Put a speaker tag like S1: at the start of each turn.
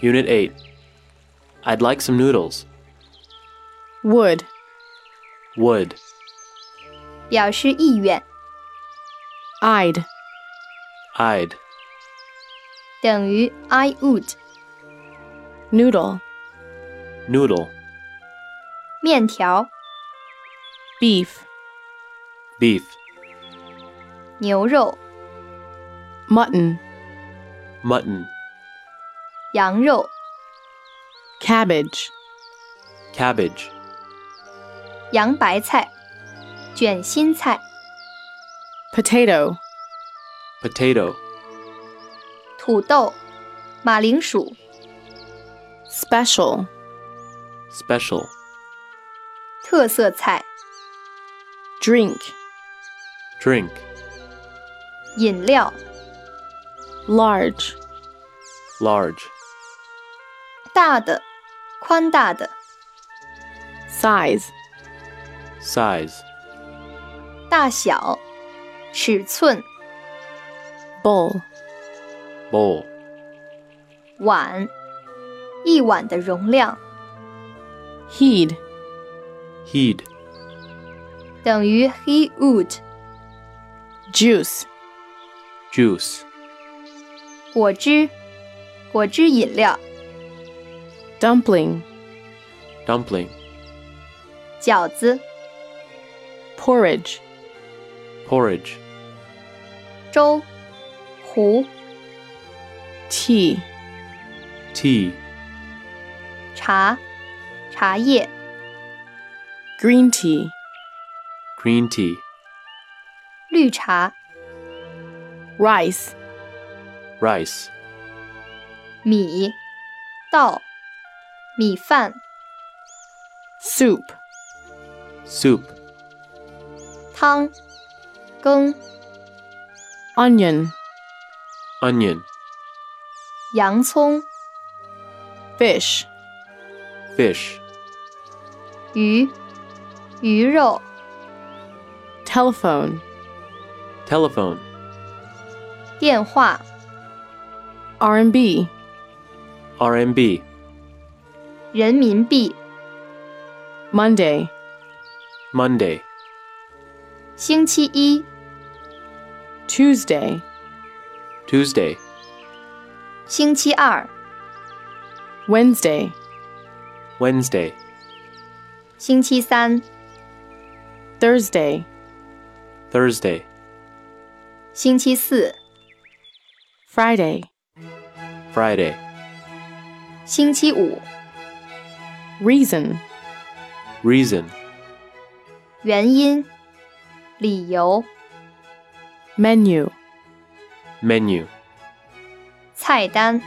S1: Unit 8. I'd like some noodles.
S2: would,
S1: Would.
S3: 表示意愿，
S2: I'd,
S1: I'd.
S3: 等于 I would。
S2: noodle,
S1: Noodle.
S3: 面条、
S2: beef,
S1: Beef.
S3: 牛肉、
S2: mutton,
S1: Mutton.
S3: 羊肉、
S2: cabbage,
S1: Cabbage.
S3: 洋白菜、卷心菜、
S2: potato,
S1: Potato.
S3: 土豆、马铃薯、
S2: special,
S1: Special.
S3: 特色菜、
S2: drink,
S1: Drink.
S3: 饮料、
S2: large,
S1: Large.
S3: 大的、宽大的、
S2: size,
S1: Size.
S3: 大小、尺寸、
S2: bowl,
S1: Bowl.
S3: 碗、一碗的容量
S2: heed,
S1: Heed.
S3: 等于 he would。
S2: juice,
S1: Juice.
S3: 果汁、果汁饮料、
S2: dumpling,
S1: Dumpling.
S3: 饺子、
S2: porridge,
S1: Porridge.
S3: 粥、糊、
S2: tea,
S1: Tea.
S3: 茶、茶叶、
S2: green tea,
S1: Green tea.
S3: 绿茶、
S2: rice,
S1: Rice.
S3: 米、稻、米饭、
S2: soup,
S1: Soup.
S3: 汤、羹、
S2: onion,
S1: Onion.
S3: 洋葱、
S2: fish,
S1: Fish.
S3: 鱼、鱼肉、
S2: telephone,
S1: Telephone.
S3: 电话、
S2: R&B,
S1: RMB.
S3: 人民币、
S2: Monday,
S1: Monday.
S3: 星期一、
S2: Tuesday,
S1: Tuesday.
S3: 星期二、
S2: Wednesday,
S1: Wednesday.
S3: 星期三、
S2: Thursday,
S1: Thursday.
S3: 星期四、
S2: Friday,
S1: Friday.
S3: 星期五。
S2: reason,
S1: Reason.
S3: 原因、理由、
S2: menu,
S1: Menu.
S3: 菜单、